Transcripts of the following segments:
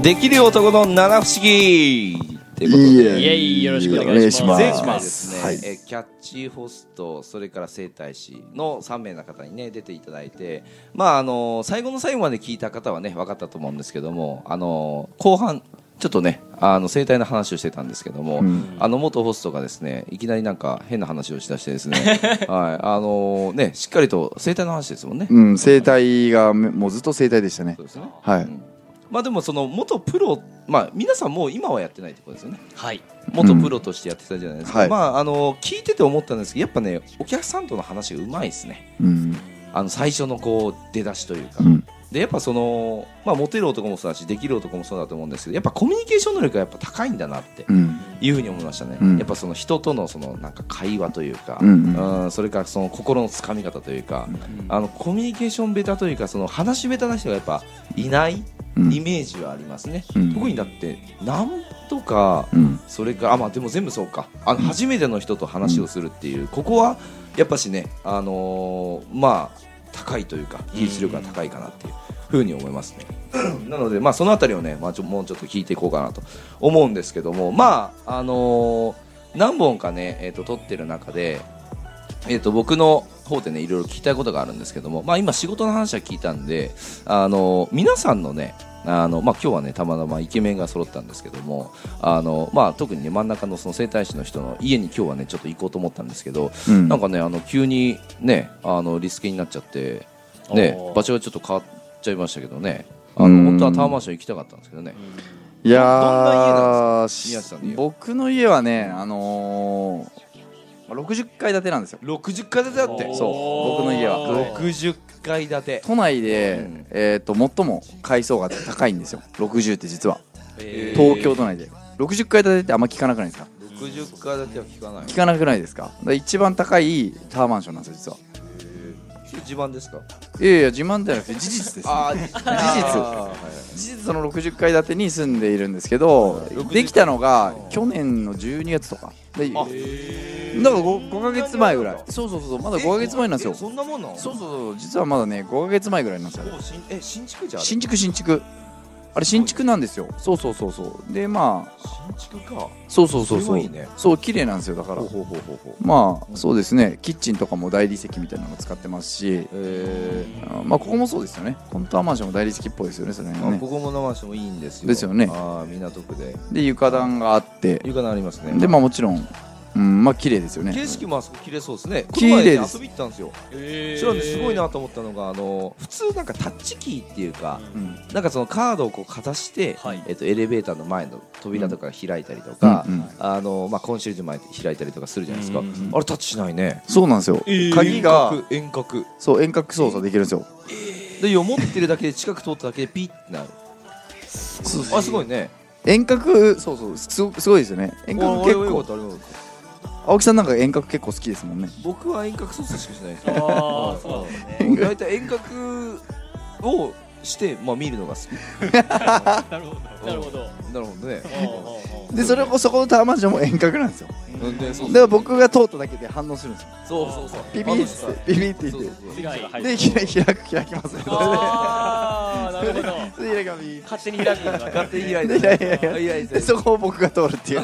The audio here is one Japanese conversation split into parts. できる男の七不思議ということでいイエイよろしくお願いしおます願前いし回まですね、えーキャッチホストそれから整体師の3名の方にね出ていただいてまああのー最後の最後まで聞いた方はね分かったと思うんですけどもあのー後半ちょっとねあの整体の話をしてたんですけども、あの元ホストがですねいきなりなんか変な話をしだして ですねはいあのーねしっかりと整体の話ですもんね。うん、生態がめもうずっと生態でしたねそう。ですねはい。まあでもその元プロまあ皆さんもう今はやってないってことですよね。はい元プロとしてやってたじゃないですか、はいまああの聞いてて思ったんですけどやっぱねお客さんとの話がうまいですねうん。あの最初のこう出だしというか、うんでやっぱその、まあ、モテる男もそうだしできる男もそうだと思うんですけどやっぱコミュニケーション能力がやっぱ高いんだなってうん。いうふうに思いましたね、うんやっぱその人とのそのなんか会話というか、うんうんそれからその心のつかみ方というか、あのコミュニケーションベタというかその話しベタな人がやっぱいないうんイメージはありますね、うん特にだってナンパとかうん。それからあまあでも全部そうかあの初めての人と話をするっていう、ここはやっぱしねあのーまあ高いというか技術力が高いかなっていうふうに思いますね なのでまあそのあたりをねまあちょもうちょっと聞いていこうかなと思うんですけどもまああのー何本かねえっ、と撮ってる中でえっと僕の方でねいろいろ聞きたいことがあるんですけども、まあ、今仕事の話は聞いたんであの皆さんのねあの、まあ、今日はねたまたまイケメンが揃ったんですけどもあの、まあ、特に、ね、真ん中のその整体師の人の家に今日はねちょっと行こうと思ったんですけど、うんなんかねあの急にねあのリスケになっちゃって、ねお、ー場所がちょっと変わっちゃいましたけどねあうのん本当はタワーマンション行きたかったんですけどね。いやー宮地さんの家し僕の家はね、あのー、60階建てなんですよ。 60階建てだってそう僕の家はおー60階建て都内で、うんえっ、と、最も階層が高いんですよ。60って実は。えー東京都内で。60階建てってあんま聞かなくないですか60階建ては聞かない聞かなくないですかだから一番高いタワーマンションなんですよ、一番ですか実は。いやいや、自慢じゃなくて事実です、ああ事実その60階建てに住んでいるんですけどできたのが去年の12月とかでだから 5, 5ヶ月前ぐらいそうそうそうまだ5ヶ月前なんですよそそうなものそうそう実はまだね5ヶ月前ぐらいなんですよえ新築じゃん新築新築あれ新築なんですよそうそうそうそうでまあ新築かそうそうそうそそれはういいねそう綺麗なんですよだからほうほうほうほうほうまあそうですねキッチンとかも大理石みたいなの使ってますしえーあまあここもそうですよねコンターマンションも大理石っぽいですよねそれあねここも生してもいいんですよですよねあー港区でで床暖があって床にありますねでまあもちろん、うん、まあ綺麗ですよね。景色もあそこ綺麗そうですね綺麗でこのす前ね遊び行ったんですよえそれはねすごいなと思ったのがあの普通なんかタッチキーっていうかうんなんかそのカードをこうかざしてはいえっとエレベーターの前の扉とか開いたりとかうんうんあのまあコンシェルジュ前開いたりとかするじゃないですかうんあれタッチしないねそうなんですよ。鍵が遠隔遠隔そう遠隔操作できるんですよ。で思ってるだけで近く通っただけでピッってなるあすごいね遠隔そうそうすごすごいですよね。遠あ隔結あれよかっ構たあれよかった青木さんなんか遠隔結構好きですもんね。僕は遠隔操作しかし ないですあーそうなんですね僕大体遠隔をして、まあ、見るのが好きなるほどなるほどなるほどねでそれもそこのタワーマンションも遠隔なんですよ。運転操だ作から僕が通っただけで反応するんですよ。そうそうそうピピーってピピーってそ言うっそうそてう違いが入るで開き開く開きますね。ああなるほどそれでで開きますピー勝手に開くのが勝手に開いでていやいやいや開 いでてそこを僕が通るっていう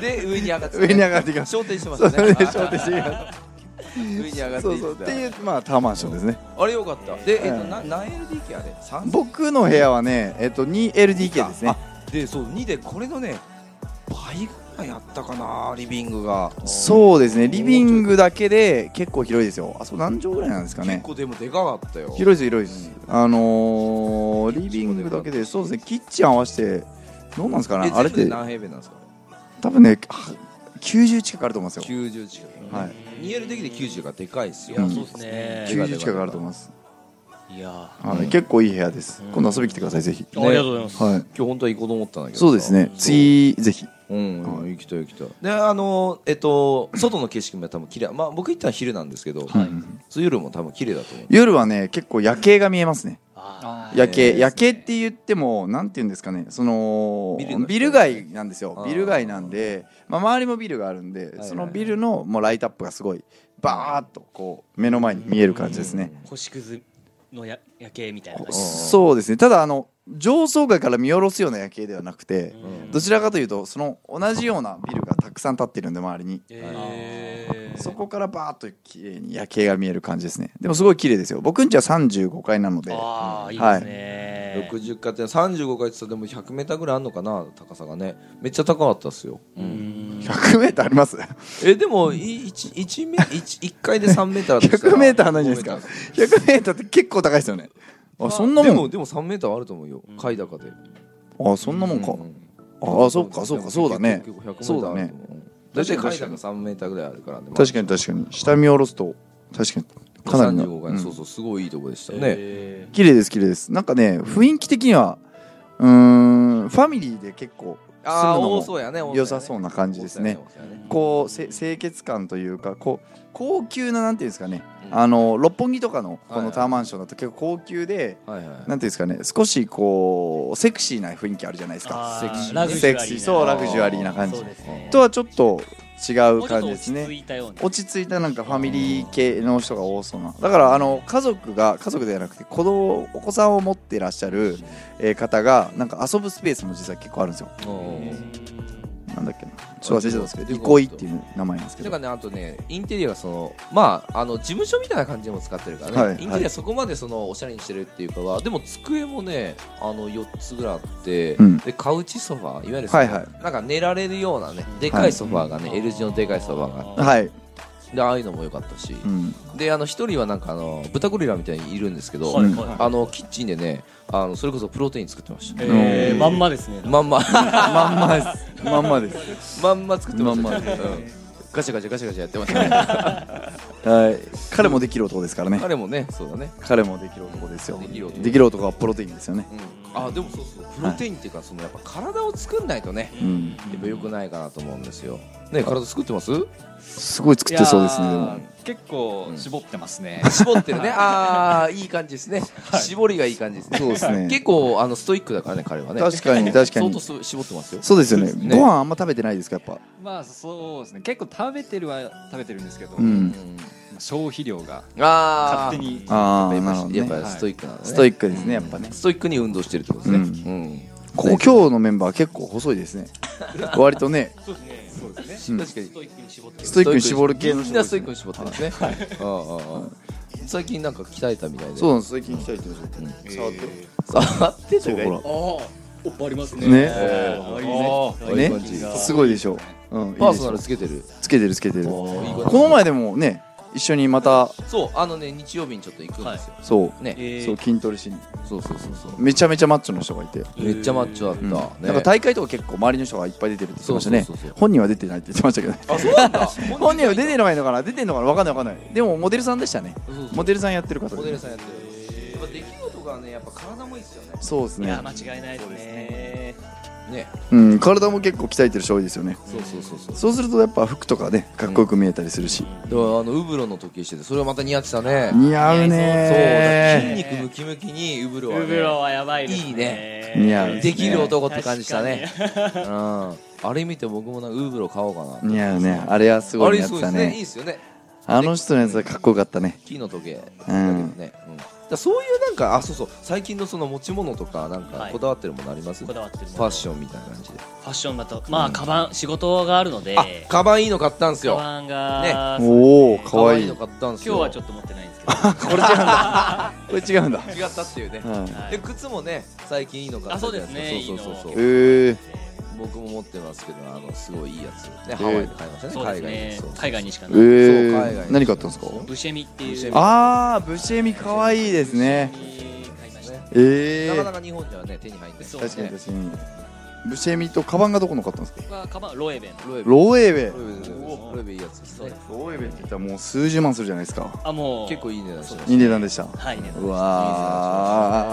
で上に上がって上に上がっていきます。昇天してまそしうたでね焦点していきま上に上がってす。そういそうっってていうまあタワーマンションですね。あれよかったで、えっとうんな何 LDK あれ 3? 僕の部屋はね、えっと 2LDK ですね。でそう2でこれのね倍ぐらいやったかなリビングがそうですね、リビングだけで結構広いですよ。あそこ何畳ぐらいなんですか結ね。構でもでかかったよ広いです、広いです。あのー、リビングだけで、そうですね、キッチン合わせて、どうなんですかえね、あれっ全部でて、何平米なんですか多分ね、は90近くあると思うんですよ。 90近くはい、 2L 的で90がでかいっすようんそうですね90近くあると思います。いやはい、結構いい部屋ですうん。今度遊びに来てください、ぜひ。ーありがとうございますはい、今日本当は行こうと思ったんだけどさそうですね、次、ぜひ。うん、は行きたい行きたいであのえっと外の景色も多分綺麗まあ僕行ったのは昼なんですけど、はいうんそう夜も多分綺麗だと思う夜はね、結構夜景が見えますね。あー夜景、ね夜景って言ってもなんて言うんですかねそのビビルル,、の人街なんですあよービル街なんで、まあ、周りもビルがあるんで、いはいそのビルのもうライトアップがすごいバーッとこう目の前に見える感じですね、星屑のや夜景みたいな感じそうですねただあの上層階から見下ろすような夜景ではなくてう、んどちらかというとその同じようなビルがたくさん建ってるんで周りにえーそこからバーッと綺麗に夜景が見える感じですねでもすごい綺麗ですよ僕んちは35階なのでああいいはいですね60回転35回って言ったらでも 100m ぐらいあんのかな高さがねめっちゃ高かったっすよ、うん 100m ありますえでも 1, 1, メ1, 1回で 3m だとしたら 100m 離れないですか 100m って結構高いですよねあそんなでももんでも 3m はあると思うようん海高であそんなもんかああそうかそうかそうだね結構そうだ100 m あるねと思大体海高 3m ぐらいあるからね確かに確かに下見下ろすと確かにかなりの35回、そうそうすごいいいとこでしたね、え綺麗です綺麗ですなんかね雰囲気的にはうーんファミリーで結構ああ住むのも多そうやね良さそうな感じですねこうせ清潔感というかこう高級ななんていうんですかね、うんあの六本木とかのこはいはのいタワーマンションだと結構高級で、はいはいなんていうんですかね少しこうセクシーな雰囲気あるじゃないですかあセクシーーラグジュアリーなセクシーそうラグジュアリーな感じそうですねとはちょっと違う感じですもうちょっと落ちね着いたような落ち着いたなんかファミリー系の人が多そうなだからあの家族が家族ではなくて子供お子さんを持っていらっしゃるえー方がなんか遊ぶスペースも実は結構あるんですよなんだっけなちょっと忘れちゃったんですけあど憩いっていう名前なんですけだどからねあとねインテリアがそのまああの事務所みたいな感じでも使ってるからね、はいインテリアそこまでそのおしゃれにしてるっていうかはでも机もねあの4つぐらいあって、うんでカウチソファーいわゆるそのはいはなんか寝られるようなねではかいいソファーがね、L 字のでかいソファーがあっはい、てでああいうのも良かったし、うん、であの一人はなんかあの豚ゴリラみたいにいるんですけど、はいはいあのキッチンでねあのそれこそプロテイン作ってました、えーまんまですねまん ままんまです。まんまです。まんま作ってましたまんまうんガチャガチャガチャガチャやってました ねはい。彼もできる男ですからね。彼もねそうだね彼もできる男ですよ。できる男できる男はプロテインですよね。うん、あでもそうそうプロテインっていうか、そのやっぱ体を作んないとねうん。やっぱ良くないかなと思うんですよね体作ってますすごい作ってそうですね。でも結構絞ってますね、絞ってるねああいい感じですね、絞りがいい感じですねそうですね結構あのストイックだからね彼はね確 かに確か相に当。す絞ってますよそうですよね。ねご飯あんま食べてないですかやっぱ。まあそうですね結構食べてるは食べてるんですけど、うん。消費量がああ勝手にああなるほどやっぱね。りストイックなのねストイックですねやっぱね。ストイックに運動してるってことですね、うんここ今日のメンバー結構細いで すね。割とね。そうですねうん確かにストイックに絞ってるストイックに絞る系のみ人んなストイックに絞ってますね、ああああああ最近なんか鍛えたみたいでそうなんです。最近鍛えてるえー触って触ってとかそうほああおっぱいありますねねああいいねらねいい感じあーすごいでしょ。うん。いいでしょパーソナルつけてるつけてるつけてる。こいい感じの前でもね一緒にまたそうあのね日曜日にちょっと行くんですよ、そう。ねえーそう筋トレしにそうそうそうそうめちゃめちゃマッチョの人がいて、めっちゃマッチョだった、うんねなんか大会とか結構周りの人がいっぱい出てるって言ってましたそねうそうそうそう本人は出てないって言ってましたけどねあそうなんだ 本人は出てないのかな出てんのかな分かんない分かんないでもモデルさんでしたねそうそうモデルさんやってる方でモデルさんやってるやっぱ出来事がねやっぱ体もいいっすよねそうですいねや間違いないですねねうん体も結構鍛えてる人多いですよねそうそうそうそうそうするとやっぱ服とかねかっこよく見えたりするし、でもあのウブロの時計しててそれはまた似合ってたね似合うそうだね筋肉ムキムキにウブロはねウブロはやばいですねいいね似合うできる男って感じしたね確かにうんあれ見て僕もなんかウブロ買おうかな似合うねあれはすごあいれやすごいつでだすねねいいですよねあの人のやつはかっこよかったね木の時計だけどね、うんだからそういうなんかあそうそう最近のその持ち物とかなんかはいこだわってるものあります、こだわってるファッションみたいな感じでファッションだとまあカバン仕事があるのであカバンいいの買ったんすカよバンが、ねおおかかわわいいいいの買ったんすよ今日はちょっっと持ってないんですけどこれ違うんだこれ違うんだ、と違ったっていうねうん、はいで靴もね最近いいの買ったあそうですねそうそうそうそえうー、僕も持ってますけどあのすごいいいやつねーハワイで買いましたねそうです海外ねで海外にしかえないーそう海外何買ったんですかブシェミっていうああブシェミかわいいですね買いましたえなえかなか日本ではね手に入んないそう確かに確かにブシェミとカバンがどこの買ったんですか僕はカバンロエベンロエベローエベロエベでロエベいいやつですそうねですローエベって言ったらもう数十万するじゃないですかあもう結構いい値段してまいい値段でしたはいねうわ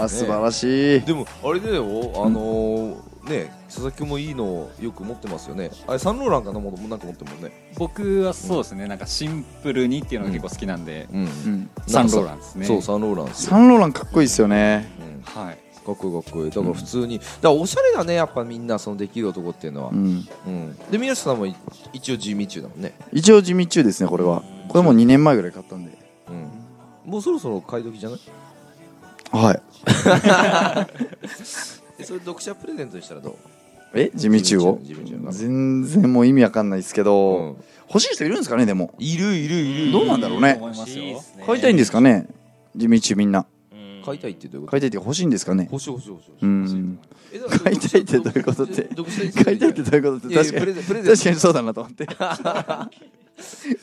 いーい値素晴段らしいでもあれだよあのー、ね佐々木君もいいのをよく持ってますよねあれサンローランかなものなんか持ってるもんね僕はそうですねなんかシンプルにっていうのが結構好きなんで、うん、うんサンローランですねそうサンローランですよ、サンローランかっこいいですよねうん、かはいっこいいかっこいいだから普通に、だからおしゃれだねやっぱみんなそのできる男っていうのはう、んうん、で宮下さんもい一応地味中だもんね、一応地味中ですねこれはこれもう2年前ぐらい買ったんでうん、もうそろそろ買い時じゃないはいえそれ読者プレゼントにしたらどうえ地道を地道を全然もう意味わかんないですけど、うん欲しい人いるんですかねでもいるいるいどうなんだろうね思いますよ買いたいんですかね地道みんなうん買いたいってどういうこと買いたいっていうか欲しいんですかね欲しい欲しい欲しい欲しういんえだから買いたいってどういうことって読者に買いたいってどういうことっいてやい確やかプレにゼンプレゼン確かにそうだなと思って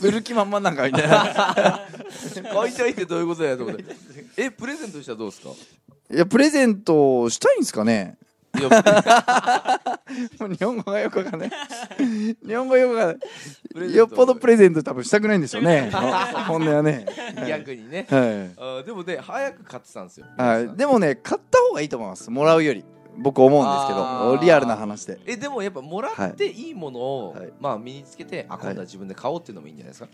売る気満々なんかみたいな買いたいってどういうことだよと思ってえプレゼントしたらどう ですかいやプレゼントしたいんですかね いやもう日本語がよく わかんない日本語よくわかんプなレゼンいトよっぽどプレゼント多分したくないんでしょ うね本音はね逆にねはいあーでもね早く買ってたんですよはい、でもね買った方がいいと思いますもらうより僕思うんですけあどーリアルな話でえでもやっぱもらっていいものを、はいはいまあ身につけてあい今度は自分で買おうっていうのもいいんじゃないですか、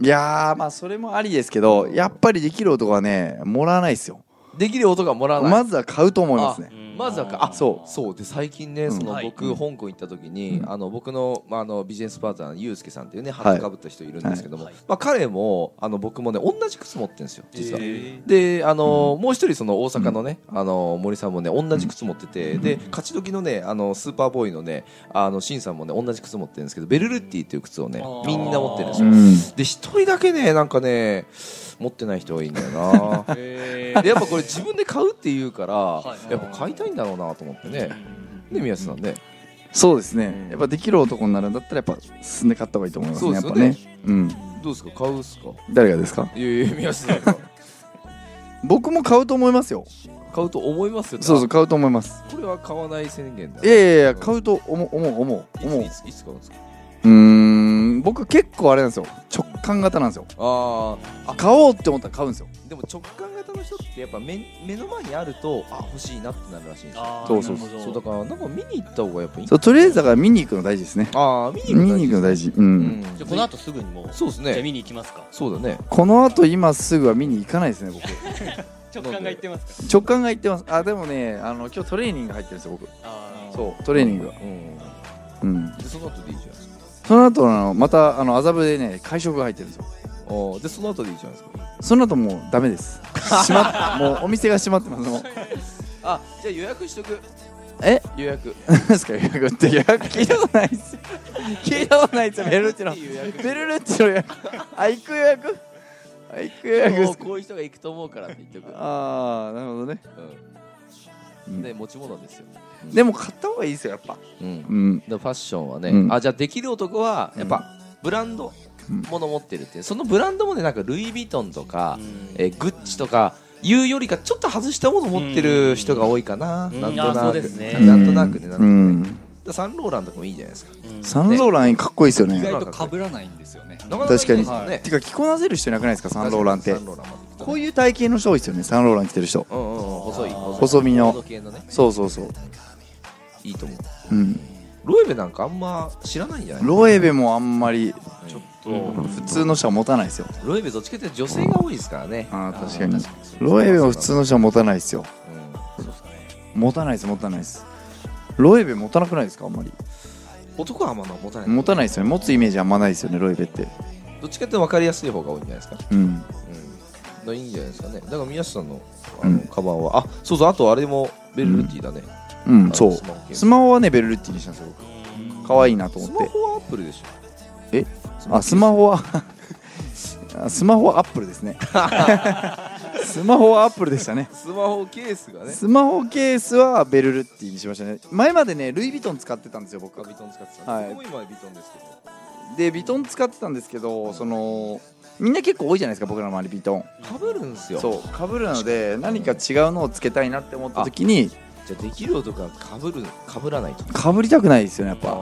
いやーまあそれもありですけどやっぱりできる男はねもらわないですよできる音がもらわない、まずは買うと思いますねうんまずはかあそうそうで最近ね、うんそのはい僕、香港行った時に、うんあの僕の,、まあ、あのビジネスパートナーのユうスケさんっていうねはいハットかぶった人いるんですけども、はいまあ、彼もあの僕もね同じ靴持ってるんですよ実は。えであのもう一人その大阪のね、あの森さんもね同じ靴持ってて、で勝ち時のねあのスーパーボーイのねあのシンさんもね同じ靴持ってるんですけどベルルッティっていう靴をねあーみんな持ってるんですうよ。んで一人だけねなんかね持ってない人がいいんだよな えでやっぱこれ自分で買うっていうから、いやっぱ買いたいんだろうなと思ってねで宮下さんねそうですねやっぱできる男になるんだったらやっぱ進んで買った方がいいと思いますねやっそぱうでねすうんどうですか買うっすか誰がですかいやいや宮下さんが僕も買うと思いますよ 買うと思いますよねそうそう買うと思いますこれは買わない宣言だいやいやいや買うと思う思う思う思ういついついつ買うんですかうーん僕結構あれなんですよ直感型なんですよあ買おうって思ったら買うんですよあでも直感型の人ってやっぱ目目の前にあるとあ欲しいなってなるらしいんですよそそうそうそうそうだからなんか見に行った方がやっぱいいそうとりあえずだから見に行くの大事ですねああ見に見に行行くくの大事う、うんんじゃあこの後すぐにもうそうですじゃあね見に行きますかそうだねこの後今すぐは見に行かないです ね僕直感が言ってますか直感が言ってますあでもねあの今日トレーニングが入ってるんですよ僕あーそうトレーニングがうんうんでその後でいいじゃないですかその後あのまたあの麻布でね会食が入ってるんですよあーでその後でいいじゃないですかその後もうダメです 閉まっもうお店が閉まってます もうあじゃあ予約しとくえ予約何ですか予約って予約聞いたことないですよ聞いたことないですよベルルッチの予約ベルルッチの予約あ行く予約あ行く予約ですこういう人が行くと思うからって言っとく、ああなるほどねうん、ね持ち物ですよ、でも買った方がいいですよやっぱうん、だかうんらファッションはね、うんあじゃあできる男はやっぱブランドもの持ってるってそのブランドもねなんかルイ・ヴィトンとか、うんえーグッチとかいうよりかちょっと外したもの持ってる人が多いかな、うんなんとあーそなうく、ですねなんとなくねなんとなくね、だうんからサンローランとかもいいじゃないですかうんサンローランかっこいいですよ意ね外と被らないんですよねなかなかいいですよね確かにてか着こなせる人いなくないですかサンローランってサンローランもこういう体型の人多いですよねサンローラン着てる人うんうんうん細い細身の高度系のねそうそうそういいと思ううんロエベなんかあんま知らないんじゃないロエベもあんまりちょっ普通の人は持たないですよとロエベどっちかっていうと女性が多いですからねあー確かにそうロエベも普通の人は持たないですようん持たないです持たないですロエベ持たなくないですかあんまり男はあんま持たない持たないですよね持つイメージあんまないですよねロエベってどっちかっていうと分かりやすい方が多いんじゃないですかうんうんだからいいんじゃないですかねだから宮下さんのあうんのカバンはあそうそうあとあれもベルルティだねうんあそスうマホ系スマホはねベルルッティにしたんですよ僕可愛いなとス思マってホはアップルでしょえあスマホはあスマホはアップルです ねスマホはアップルでしたねスマホケースがねスマホケースはベルルッティにしましたね前までねルイ・ヴィトン使ってたんですよ僕ビトン使ってたはいんです僕も今ビトンですけどでヴィトン使ってたんですけどそのみんな結構多いじゃないですか僕らの周りヴィトンかぶるんすよそうかぶるので何か違うのをつけたいなって思った時にじゃあできる男はかぶるかぶらないとかぶりたくないですよねやっぱだか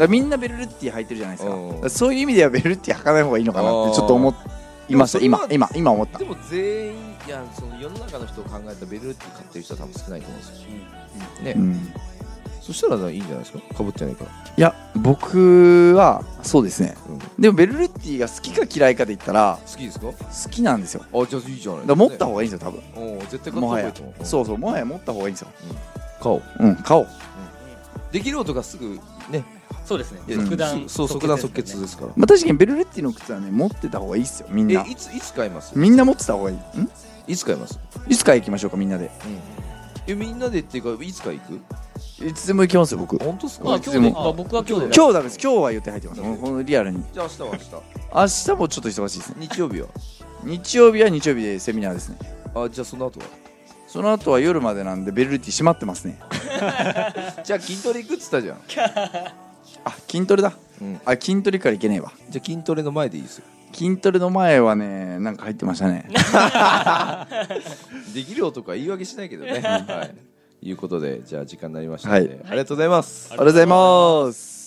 あらみんなベルルッティ履いてるじゃないですかうんだからそういう意味ではベルルッティ履かない方がいいのかなってちょっと思いましたでも今それは今今思ったでも全員いやその世の中の人を考えたベルルティ買ってる人は多分少ないと思うんですよ、ね、うんそしたらいいんじゃないですかかぶってないからいや僕はそうですね、うんでもベルルッティが好きか嫌いかで言ったら好きですかあ好きなんですよだかじゃあいいじゃないら持った方がいいんですよ多分お絶対買った方もはがいいやと思うそうそうもはや持った方がいいんですよ買おううん買おうできる音がすぐねそうですねいや即断そう即断即決でですすからまあ確かにベルルッティの靴はね持ってた方がいいっすよみんなえいついつ買いますみんな持ってた方がいいんいつかいます、いつか行きましょうかみんなでえみんなでっていうかいつか行くいつでも行きますよ僕本当っすか、まあい今つ日でで、もまあ、僕は今日で。今日ダメです今日は予定入ってますもうこのリアルにじゃあ明日は明日もちょっと忙しいですね明日日曜日は日曜日は日曜日でセミナーですねあじゃあその後はその後は夜までなんでベルルティ閉まってますねじゃあ筋トレ行くっつったじゃんあ筋トレだ、うんあ筋トレからいけねえわじゃあ筋トレの前でいいですよ筋トレの前はねなんか入ってました ねできる男は言い訳しないけ どねはいいうことでじゃあ時間になりましたのはで、いありがとうございますありがとうございます